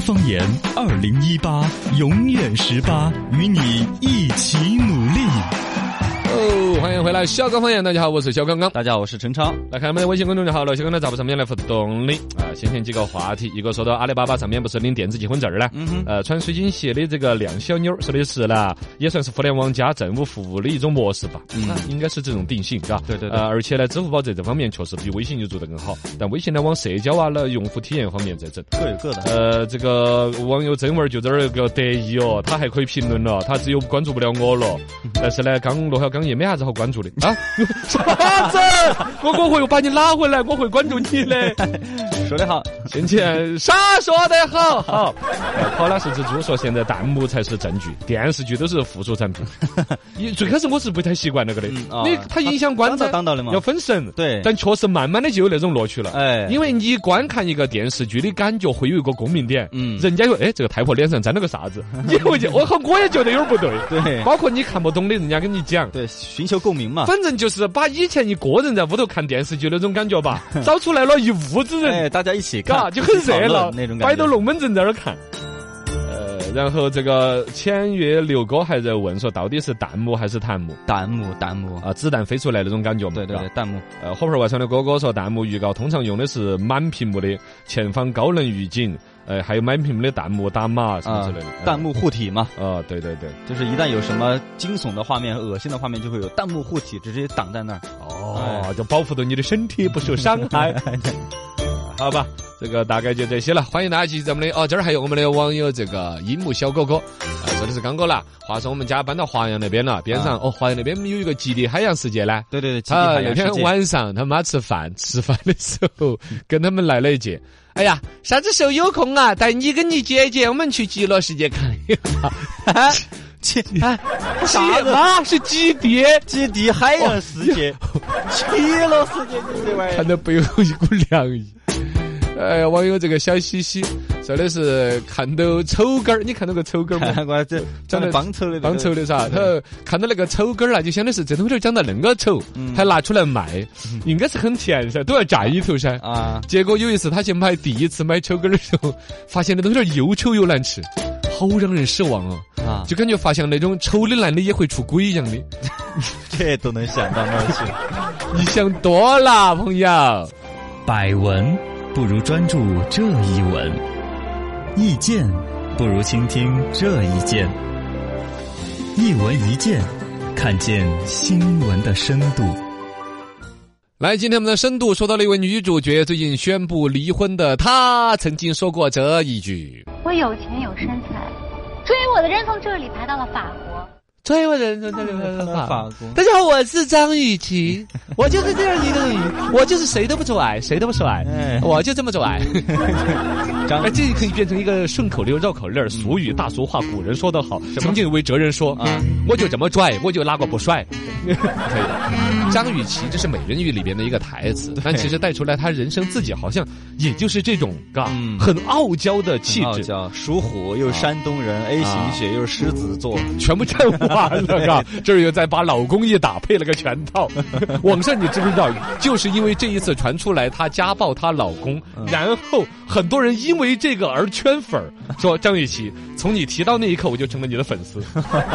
方言二零一八永远十八，与你一起努力。哦，欢迎回来，小刚方言，大家好，我是小刚刚。大家好，我是陈超。嗯来看我们的微信公众号了，小刚在直播上面来互动的啊。先前几个话题，一个说到阿里巴巴上面不是领电子结婚证儿呢？嗯哼，呃，穿水晶鞋的这个亮小妞儿说的是呢，也算是互联网加政务服务的一种模式吧，嗯应该是这种定性，嘎。对对对呃，而且呢，支付宝在这方面确实比微信就做得更好，但微信呢往社交啊、那用户体验方面在整。各有各的。呃，这个网友真文儿就这儿有个得意哦，他还可以评论了，他只有关注不了我嗯了。但是呢，刚罗小刚也没啥子好关注 的啊。啥子？我我会把你拉回来，我会关注 你的。说得好，先前啥说得好好，好了是只猪说，现在弹幕才是正剧，电视剧都是附属产 品。你最开始我是不太习惯那个的，嗯啊你它影响观当瞻到，当到的嘛要。分神。对但确实慢慢的就有那种乐趣了。哎，因为你观看一个电视剧的感觉会有一个共鸣点，嗯人家有哎这个太婆脸上沾了个 啥子，你会觉我靠我也觉得有点不对，对包括你看不懂的人家跟你讲。对，寻求共鸣嘛。反正就是把以前一个人在屋头看电视剧那种感 觉吧，找出来了一屋子人，哎，大家一起嘎，看，啊就很热闹一起讨论那种感觉。摆到龙门阵在那儿看。呃，然后这个浅月刘哥还在问说，到底是弹幕还是弹幕弹幕，弹幕，啊？子弹飞出来那种感觉嘛？对对是吧对，弹幕，呃，火盆外传的哥哥说，弹幕预告通常用的是满屏幕的前方高能预警，呃，还有满屏幕的弹幕打码什么之类的。啊弹幕护体嘛，呃。啊，对对对，就是一旦有什么惊悚的画面、恶心的画面，就会有弹幕护体直接挡在那儿。哦，就保护着你的身体不 受伤害。好吧，这个大概就这些了。欢迎大家继续咱们的哦，这儿还有我们的网友这个樱木小狗狗，呃，说的是刚哥啦。话说我们家搬到华阳那边了，边啊上、哦，华阳那边有一个极地海洋世界呢。对对对，集体他海那洋世天界晚上他妈吃饭，吃饭的时候跟他们来了一句：“哎呀，啥子时候有空啊？带你跟你姐姐我们去极乐世界看一下。集 哎”极啥子妈是极地，集体海洋世 界，极乐世界就是这玩意看儿。到背后一股凉意。哎，网友这个小西西说的是看到丑根儿，你看到个丑根儿吗？看过来这长得帮丑的，帮丑的噻，他看到那个丑根儿啊，就想的是这东西长得恁个丑，还拿出来卖，应该是很甜噻，都要占一头噻。啊，结果有一次他去买第一次买丑根儿的时候，发现那东西又丑又难吃，好让人失望哦！啊，就感觉发现那种丑的男的也会出轨一样的，这都能想到那儿去。你想多了，朋友。百闻不如专注这一闻，意见不如倾听这一见。一闻一见，看见新闻的深度。来，今天我们的深度说到了一位女主角最近宣布离婚的她，曾经说过这一句我有钱有身材，追我的人从这里排到了法国。：“追我人生这里法国大家好，我是张雨绮，我就是这样一个人，我就是谁都不拽，谁都不甩哎我就这么拽。张嗯哎，这可以变成一个顺口溜、绕口令儿、俗语、大俗话。古人说得好，曾经有位哲人说：“啊我就这么拽，我就拉过 不帅。”可以的。张雨绮这是《美人鱼》里边的一个台词，但其实带出来她人生自己好像也就是这种嘎嗯，很傲娇的气傲质，娇，属虎又山东人，A 型血又是狮子座，全部占完了嘎。这儿又再把老公一打，配了个全套。网上你知不知道？就是因为这一次传出来她家暴她老公，然后很多人因为这个而圈粉儿，说张雨绮，从你提到那一刻我就成了你的粉丝，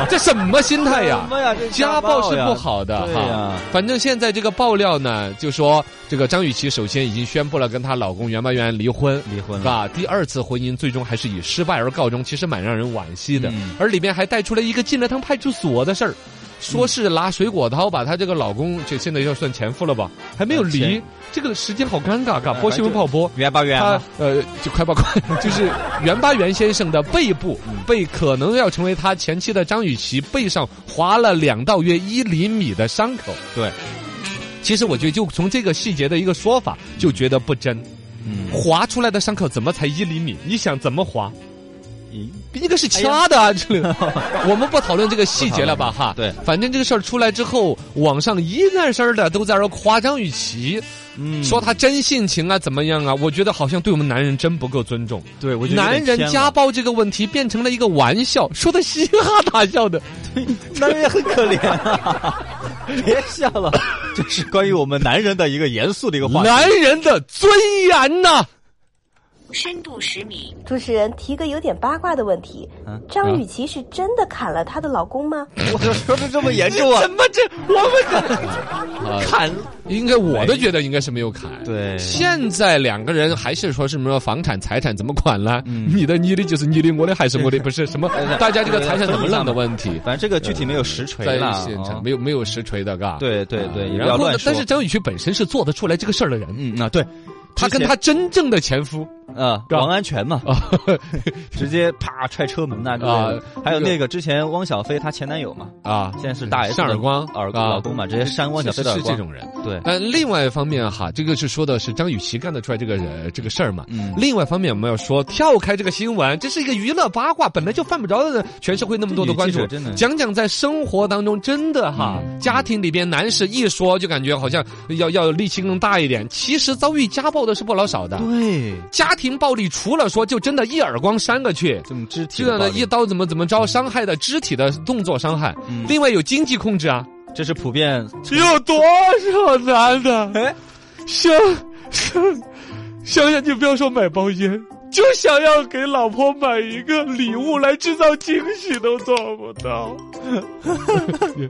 这什么心态呀？呀，这家暴是不好的对哈呀，反正现在这个爆料呢，就说这个张雨绮首先已经宣布了跟她老公袁巴元离婚，离婚是了，吧？第二次婚姻最终还是以失败而告终，其实蛮让人惋惜的。嗯而里面还带出了一个进了趟派出所的事儿，说是拿水果刀把她这个老公，这现在要算前夫了吧？还没有离啊前，这个时间好尴尬，嘎，哎播新闻不好播。圆吧圆他吧，呃，就快吧快， 就是袁巴元先生的背部嗯被可能要成为他前妻的张雨绮背上划了两到约一厘米的伤口。对，其实我觉得就从这个细节的一个说法，就觉得不真。嗯，哎划出来的伤口怎么才一厘米？你想怎么划？咦一个是掐的啊，这 里我们不讨论这个细节了吧？哈，对反正这个事儿出来之后，网上一个声儿的都在那儿夸张雨绮，嗯说她真性情啊，怎么样啊？我觉得好像对我们男人真不够尊重。对，我觉得有男点人偏了家，暴这个问题变成了一个玩笑，说的嘻哈大笑的。 男人也很可怜啊，别笑了，这是关于我们男人的一个严肃的一个话题。男人的尊严呐、深度十米，主持人提个有点八卦的问题：嗯张雨绮是真的砍了她的老公吗？我说的这么严重啊？怎么这 我们这砍？应该我都觉得应该是没有砍。。对，现在两个人还是说什么房产财产怎么管呢？嗯你的你的就是你的，我的还是我 的，不是什么哎大家这个财产怎么弄的问题，反正这个具体没有实锤在了，现哦场没有没有实锤的，嘎。嗯对对对，也不然要后乱呢，说。但是张雨绮本身是做得出来这个事儿的人，嗯啊，对，她跟她真正的前夫呃是吧王安全嘛，啊，直接啪踹车门呐之类的啊还有这个那个之嗯前汪小菲她前男友嘛，啊，现在是大 S 扇耳光耳啊老公嘛，直接扇汪小菲是的耳是光。这种人。对，但另外一方面哈，这个是说的是张雨绮干得出来这个人这个事儿嘛。嗯另外一方面，我们要说跳开这个新闻，这是一个娱乐八卦，本来就犯不着的全社会那么多的关这注女记者真。的嗯讲讲在生活当中真的哈，家庭里边男士一说就感觉好像要要力气更大一点，其实遭遇家暴的是不老少的。对，家庭暴力除了说就真的一耳光扇过去，这种肢体这样的的暴力一刀怎么怎么着伤害的肢体的动作伤害，嗯另外有经济控制啊，这是普遍有多少男的想想想想，就不要说买包烟，就想要给老婆买一个礼物来制造惊喜都做不到。你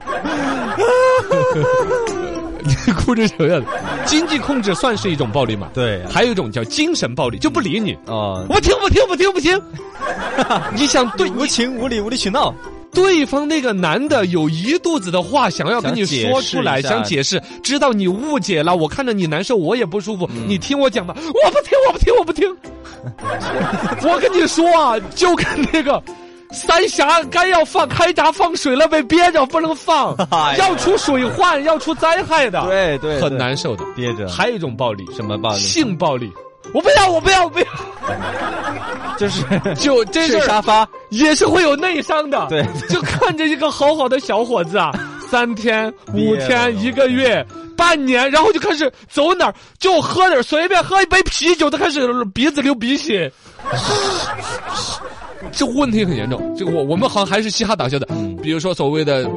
哭成什么样子？经济控制算是一种暴力吗？对啊还有一种叫精神暴力，就不理你。哦我，不听，不听，不听，不 听！你想对 无情无理无理取闹，对方那个男的有一肚子的话想要跟你说出来，想想解解释，知道你误解了，我看着你难受，我也不舒服，嗯你听我讲吧，我不听，我不听，我不听。 我跟你说啊，就跟那个。三峡该要放开闸放水了，被憋着不能放 哎，呀要出水患，要出灾害的，对对，很对难受的。憋着，还有一种暴力，什么暴力？性暴力，我不要，我不要，我不要，就是 就这事睡儿沙发，也是会有内伤的。对，就看着一个好好的小伙子啊，三天、五憋了天、一个月、半年，然后就开始走哪儿就喝点儿，随便喝一杯啤酒都开始鼻子流鼻血。 这问题很严重，这个我我们好像还是嘻哈打笑的，比如说所谓的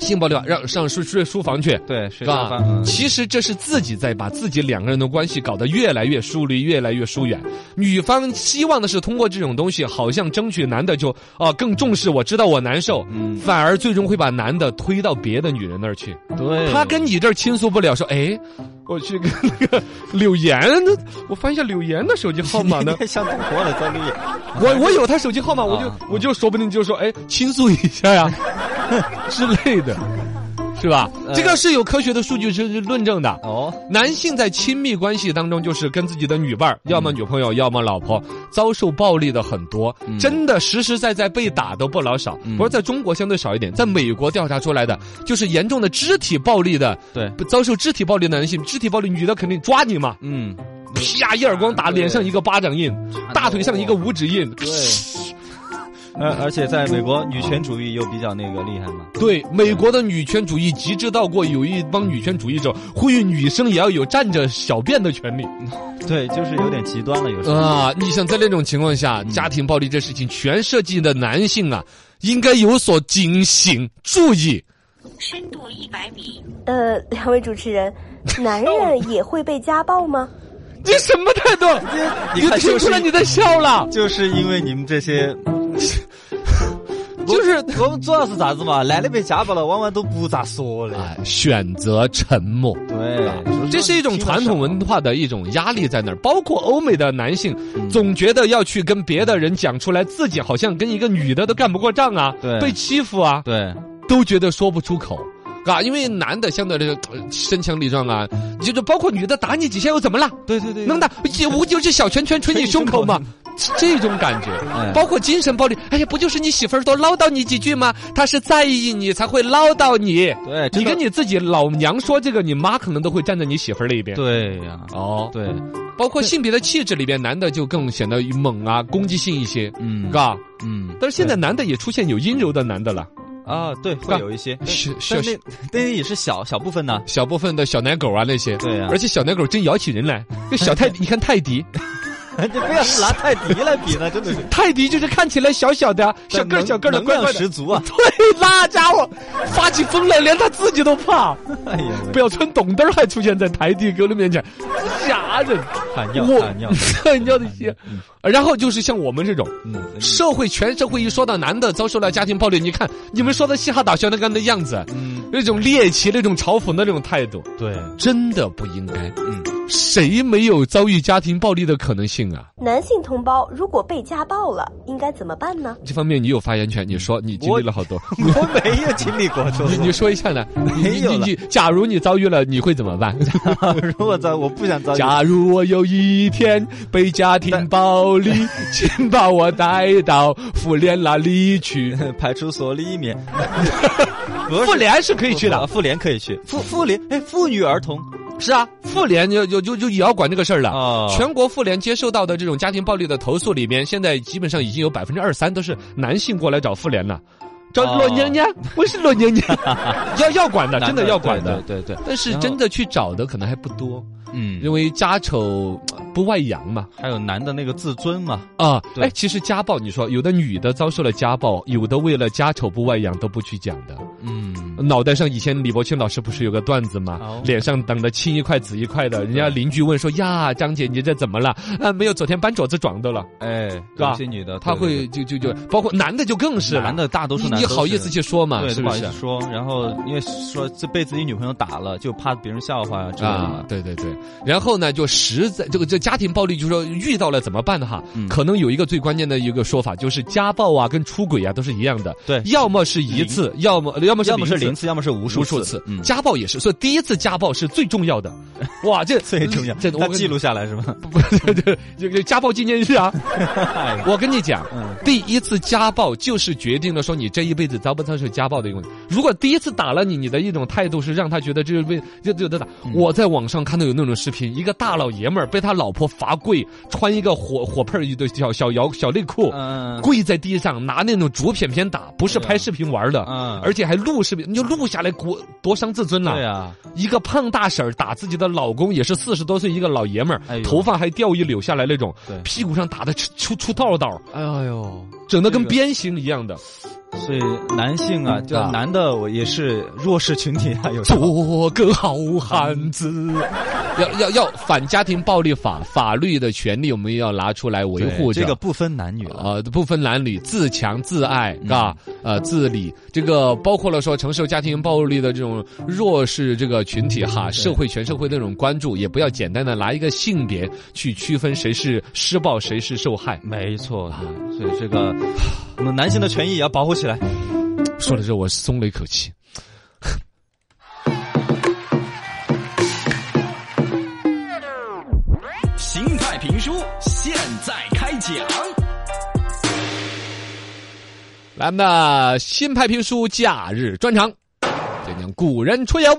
性暴力，让上睡睡书房去，对，睡是沙发，？吧嗯其实这是自己在把自己两个人的关系搞得越来越疏离，越来越疏远。女方希望的是通过这种东西，好像争取男的就啊、更重视我，知道我难受，嗯反而最终会把男的推到别的女人那儿去。对，，他跟你这儿倾诉不了，说哎，我去跟那个柳岩，我翻一下柳岩的手机号码呢 像赌博了，在绿叶，我我有她手机号码，我就啊我就说不定就说哎，倾诉一下 呀之类的，是吧？呃这个是有科学的数据是是论证的。哦，男性在亲密关系当中，就是跟自己的女伴儿，要么女朋友，要么老婆，遭受暴力的很多，真的实实在在被打都不老少。不过在中国相对少一点，在美国调查出来的，就是严重的肢体暴力的，对，不遭受肢体暴力的男性，肢体暴力女的肯定抓你嘛，嗯，啪一耳光打脸上一个巴掌印，大腿上一个五指印，对。 呃，而且在美国，女权主义又比较那个厉害嘛。对，美国的女权主义极致到过，有一帮女权主义者呼吁女生也要有站着小便的权利。对，就是有点极端了，有时候。啊，你想在那种情况下，家庭暴力这事情，全社会的男性啊，应该有所警醒、注意。深度一百米，呃， 两位主持人，男人也会被家暴吗？你什么态度？你你看听就出是来你在笑了？就是因为你们这些，就是 我们主要是啥子嘛？男的被家暴了，往往都不咋说了。哎，选择沉默。啊对，这是一种传统文化的一种压力在那儿，包括欧美的男性，总觉得要去跟别的人讲出来，自己好像跟一个女的都干不过仗啊，对被欺负啊，对，都觉得说不出口。啊，因为男的相对来说呃身强力壮啊，就是包括女的打你几下又怎么了？对对对，能打，无就是小拳拳捶你胸 口嘛，这种感觉哎，包括精神暴力。哎呀，不就是你媳妇儿多唠叨你几句吗？她是在意你才会唠叨你。对，你哎真的跟你自己老娘说这个，你妈可能都会站在你媳妇儿那一边。对呀，哦，对，包括性别的气质里边，男的就更显得猛啊，攻击性一些，嗯嘎。嗯但是现在男的也出现有阴柔的男的了，啊，对，会有一些，是是但那那也是小小部分 呢。小部分的小奶狗啊那些，对啊 而且小奶狗真咬起人来，那小泰，你看泰迪，这不要是拿泰迪来比呢，真的是泰迪就是看起来小小的、小个儿小个儿的，能乖量乖的十。足啊！ 对啦，家伙，发起疯来连他自己都怕。哎呀，不要穿懂灯儿还出现在台地沟的面前，吓人！喊尿啊我喊尿，很 尿的些，然后就是像我们这种。嗯，社会全社会一说到男的遭受了家庭暴力，你看你们说的嘻哈打小那个的样子，嗯那种猎奇、那种嘲讽的那种态度， 对，真的不应该。嗯，谁没有遭遇家庭暴力的可能性啊？男性同胞如果被家暴了，应该怎么办呢？这方面你有发言权，你说你经历了好多，我没有经历过， 说 你你说一下呢？你没有你了你，假如你遭遇了，你会怎么办？ 如果遭我不想遭遇，假如我有一天被家庭暴力，请把我带到妇联那里去。 派出所里 面，不妇是联是可以去的，妇联可以去，妇妇联哎，妇女儿童是啊，妇联就就就就也要管这个事儿了。啊全国妇联接受到的这种家庭暴力的投诉里面，现在基本上已经有百分之二三都是男性过来找妇联了，找哦罗娘娘，我是罗 娘娘，要要管的，真的要管的。对对对，但是然后真的去找的可能还不多，嗯，因为家丑呃不外扬嘛。还有男的那个自尊嘛，啊，对哎，其实家暴，你说有的女的遭受了家暴，有的为了家丑不外扬都不去讲的。嗯，脑袋上以前李伯清老师不是有个段子吗？哦脸上长得青一块紫一块的，人家邻居问说：“呀，张姐你这怎么了？啊，没有，昨天搬桌子撞到了。哎，吧有些女的”他对对会就就就，包括男的就更是了男的大多数你男你的都好意是思去说嘛？对，是不不好意是思？说，然后因为说这被自己女朋友打了，就怕别人笑话呀之类啊的，。对对对，然后呢，就实在这个这家庭暴力，就是说遇到了怎么办呢？哈，嗯可能有一个最关键的一个说法，就是家暴啊，跟出轨啊都是一样的，对要么是一次，要么要么是要么是零零次，要么是无无数次，嗯，家暴也是，所以第一次家暴是最重要的，哇，这 最重要，这他我跟你记录下来是吧？不对对，这个家暴纪念日啊！我跟你讲，嗯第一次家暴就是决定了说你这一辈子遭不遭受家暴的一个问题。如果第一次打了你，你的一种态度是让他觉得这是被就就得打。嗯我在网上看到有那种视频，一个大老爷们儿被他老婆罚跪，穿一个火火盆儿一的小小摇小内裤，嗯啊跪在地上拿那种竹片片打，不是拍视频玩儿的。嗯，而且还录视频，你就录下来，多多伤自尊呐！对啊，一个胖大婶儿打自己的老公，也是四十多岁一个老爷们儿，哎呦头发还掉一绺下来那种对，屁股上打的出出出道道，哎呦，整的跟这个鞭刑一样的。所以男性啊，就啊男的我也是弱势群体啊，有时候做个好汉子， 要要要反家庭暴力法法律的权利，我们要拿出来维对护着这个不分男女了，嗯呃，不分男女，自强自爱，嘎、呃，自理，这个包括了说承受家庭暴力的这种弱势这个群体哈，社会全社会的那种关注，也不要简单的拿一个性别去区分谁是施暴，谁是受害。没错，对，所以这个我们男性的权益也要保护起来。说到这，我松了一口 气。心态评书现在开讲。来，我们的新派评书假日专场，讲讲古人出游。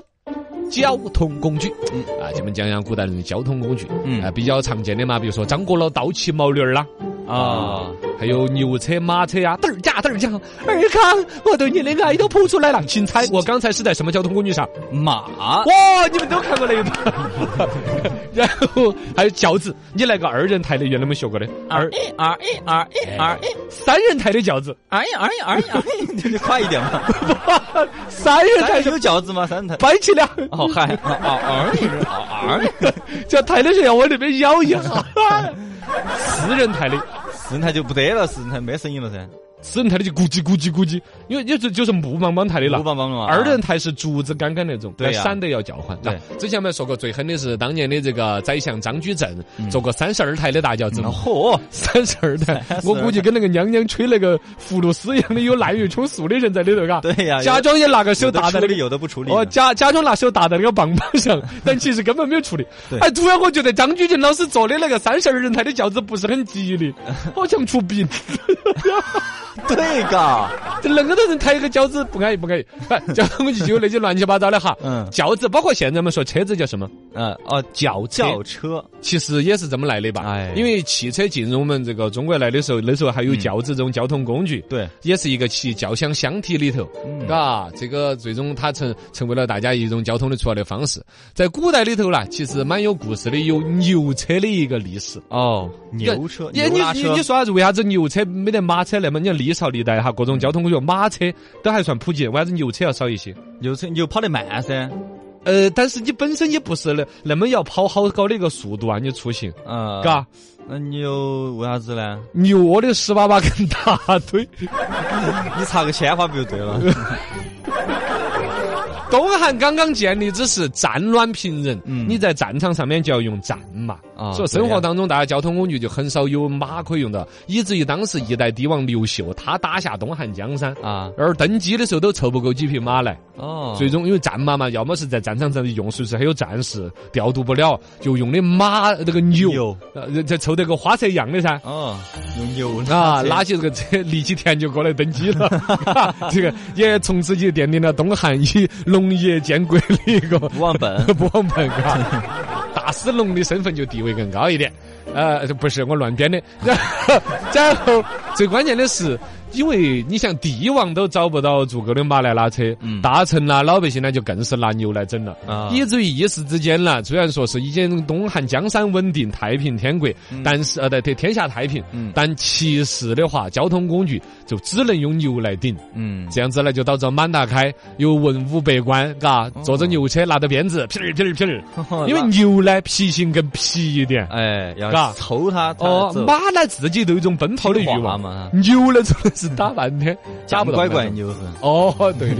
交通工具，嗯啊，咱们讲讲古代人的交通工具，嗯嗯啊，比较常见的嘛，比如说张果老倒骑毛驴儿啦，啊，还有牛车、马车呀、啊，嘚儿驾嘚儿驾。尔康，我对你的爱都扑出来了。请猜我刚才是在什么交通工具上？马哇，你们都看过那一段。 然后还有轿子，你来个二人抬的，原来没学过的。二哎，R A R A R A 三人抬的轿子， R A R A R A，你快一点嘛！ 三人抬咱就有饺子吗？咱 抬摆起来，哦嗨，啊啊啊啊！叫抬的时候要往那边摇 一下。四人抬的，四人台就不得了，四人台没声音了噻。四人抬的就咕叽咕叽咕叽，因为就是就是木棒棒抬的了。不帮帮忙，二人台是竹子杆杆那种，啊对呀但山的要叫唤。对那之前我们说过最狠的是当年的这个宰相张居正，嗯做过三十二台的大轿子。嚯，三十二台，我估计跟那个娘娘吹那个葫芦丝一样的，有滥竽充数的人在里头，嘎。对呀假装也拿个手有的搭处在那理，个。有的不处理呢。哦，假假装拿手搭在那个棒棒 上，但其实根本没有处理对。哎，突然我觉得张居正老师坐的那个三十二人台的轿子不是很吉利，好像出殡。对嘎，这恁个多人抬一个轿子不安逸不 哎安逸，不交通工具就有那些乱七八糟的哈。嗯轿子包括现在我们说车子叫什么，嗯哦，轿车轿车，其实也是这么来的吧。哎因为汽车进入我们这个中国来的时候，那时候还有轿子这种交通工具。对，也是一个骑轿厢箱体里头，嗯嘎、这个最终它成成为了大家一种交通的出来的方式。在古代里头啦，其实蛮有故事的，有牛车的一个历史。哦，牛车，你看牛拉你你车你，说啥子？为啥子牛车没得马车那么？你看历朝历代哈，各种交通工具，马车都还算普及，为啥子牛车要少一些？牛车你就跑得慢噻，呃，但是你本身也不是那那么要跑好高的一个速度啊，你出行，嗯，嘎，，那你又为啥子呢？牛窝的屎粑粑跟大 腿。你插个鲜花不就对了？东汉刚刚建立，只是战乱频仍，嗯你在战场上面就要用战马。啊所以生活当中，大家交通工具就很少有马可以用到，以至于当时一代帝王刘秀，他打下东汉江山。啊，而登基的时候都凑不够几匹马来，哦，最终因为战马嘛，要么是在战场上用，随时还有战事调度不了，就用的马那个牛牛，呃，这凑得跟花车一样的噻。哦，用牛车啊，拉起这个车， 立起田就过来登 基了。啊这个也从此就奠定了东汉以农业建国的一个不忘本 不忘本，嘎，大司农的身份就地位更高一点。呃，这不是我乱编的。 然后，然后最关键的是。因为你像帝王都找不到足够的马来拉车，嗯大臣啦、老百姓呢就更是拿牛来整了。啊以至于一时之间啦，虽然说是已经东汉江山稳定、太平天国，但是呃，对对，天下太平，嗯但其实的话，交通工具就只能用牛来顶。嗯， 这样子呢，就导致满大街有文武百官，嘎，哦坐着牛车，拿着鞭 子，撇儿撇儿撇儿。因为牛呢，脾性更痞一点。哎嘎要抽它，它哦走，马呢自己都有一种奔跑的欲听话望嘛牛呢真的是打半天，打假不到乖那乖种。牛是，哦，对的，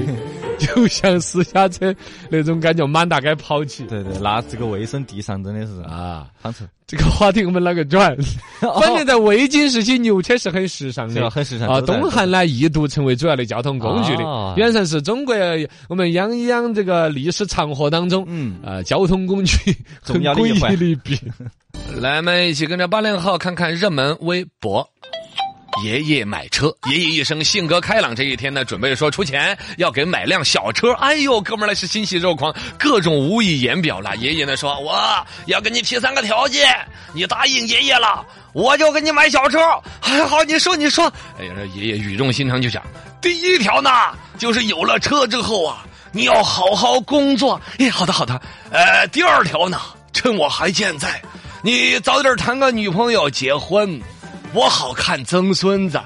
就像私家车那种感觉，满大街跑起。对对，那这个卫生地上真的是啊，啊，很臭，这个话题我们啷个转？哦 关键在魏晋时期，牛车是很时尚这的个。很时尚啊，都在东汉呢一度成为主要的交通工具的啊，原神是中国我们泱泱这个历史长河当中，嗯呃，交通工具很重要的诡一环异的一笔。 来，我们一起跟着八零后看看热门微博。爷爷买车，爷爷一生性格开朗，这一天呢，准备说出钱要给买辆小车。哎呦，哥们儿那是欣喜若狂，各种无以言表了。爷爷呢说，我要跟你提三个条件，你答应爷爷了，我就给你买小车。哎，好，你说，你说。哎呀，这爷爷语重心长就想，第一条呢，就是有了车之后啊，你要好好工作。哎，好的，好的。呃，第二条呢，趁我还健在，你早点谈个女朋友，结婚。我好看曾孙子。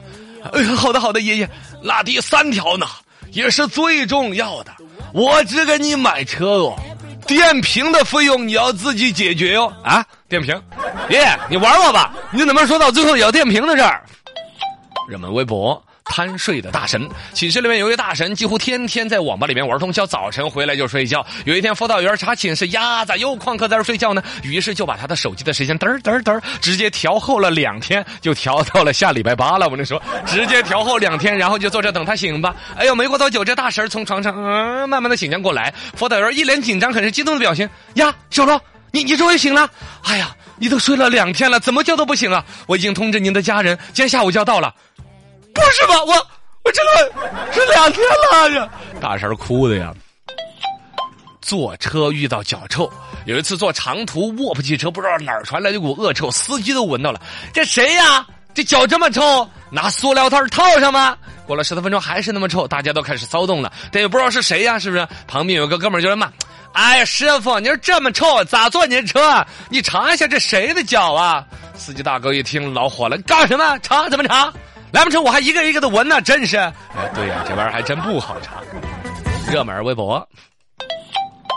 哎呀，好的好的，爷爷。那第三条呢，也是最重要的，我只给你买车哦，电瓶的费用你要自己解决哟、啊，电瓶，爷爷你玩我吧，你怎么说到最后咬电瓶的事儿？热门微博。贪睡的大神，寝室里面有一位大神，几乎天天在网吧里面玩通宵，早晨回来就睡觉。有一天，辅导员查寝室，呀，咋又旷课在这儿睡觉呢？于是就把他的手机的时间嘚儿嘚儿嘚儿，直接调后了两天，就调到了下礼拜八了。我跟你说，直接调后两天，然后就坐着等他醒吧。哎呦，没过多久，这大神从床上嗯、慢慢的醒将过来，辅导员一脸紧张、很是激动的表情，呀，小罗，你你终于醒了！哎呀，你都睡了两天了，怎么叫都不醒啊！我已经通知您的家人，今天下午就要到了。不是吧？我我真的是两天了呀！大婶儿哭的呀。坐车遇到脚臭，有一次坐长途卧铺汽车，不知道哪儿传来一股恶臭，司机都闻到了。这谁呀？这脚这么臭，拿塑料袋儿套上吧。过了十多分钟还是那么臭，大家都开始骚动了，但也不知道是谁呀，是不是？旁边有个哥们儿就在骂：“哎呀，师傅，您这么臭，咋坐您车啊？你查一下这谁的脚啊？”司机大哥一听恼火了：“干什么？查怎么查？来不成，我还一个一个的闻呢，真是。”哎，对呀、这玩意儿还真不好查。热门微博。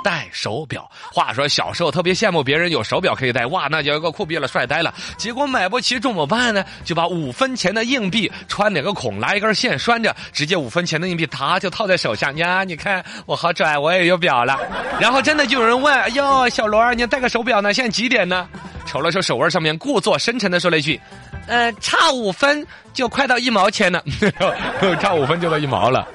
戴手表。话说小时候特别羡慕别人有手表可以戴，哇，那叫一个酷毙了，帅呆了。结果买不起，怎么办呢？就把五分钱的硬币穿哪个孔，拉一根线拴着，直接五分钱的硬币它就套在手上呀。你看我好拽，我也有表了。 然后真的就有人问，哎呦，小罗儿，你戴个手表呢？现在几点呢？瞅了瞅手腕上面，故作深沉的说了一句：“呃，差五分就 快到一毛钱了，差五分就到一毛了。”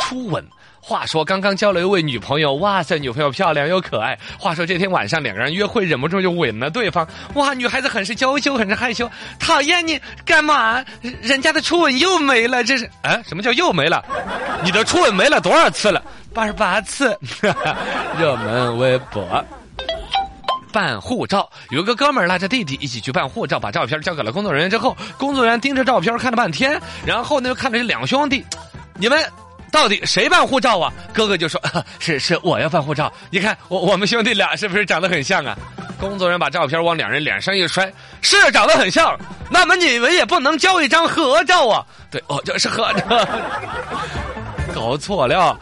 初吻。话说刚刚交了一位女朋友，哇塞，女朋友漂亮又可爱。话说这天晚上两个人约会，忍不住就吻了对方。哇，女孩子很是娇羞，很是害羞，讨厌你干嘛？人人家的初吻又没了，这是啊？什么叫又没了？你的初吻没了多少次了？八十八次。 热门微博。办护照，有一个哥们儿拉着弟弟一起去办护照，把照片交给了工作人员之后，工作人员盯着照片看了半天，然后呢又看着这两兄弟，你们到底谁办护照啊？哥哥就说：“ 是是，我要办护照。你看我我们兄弟俩是不是长得很像啊？”工作人员把照片往两人脸上一摔，是长得很像，那么你们也不能交一 张合照啊？对，哦，这是合照，搞错了。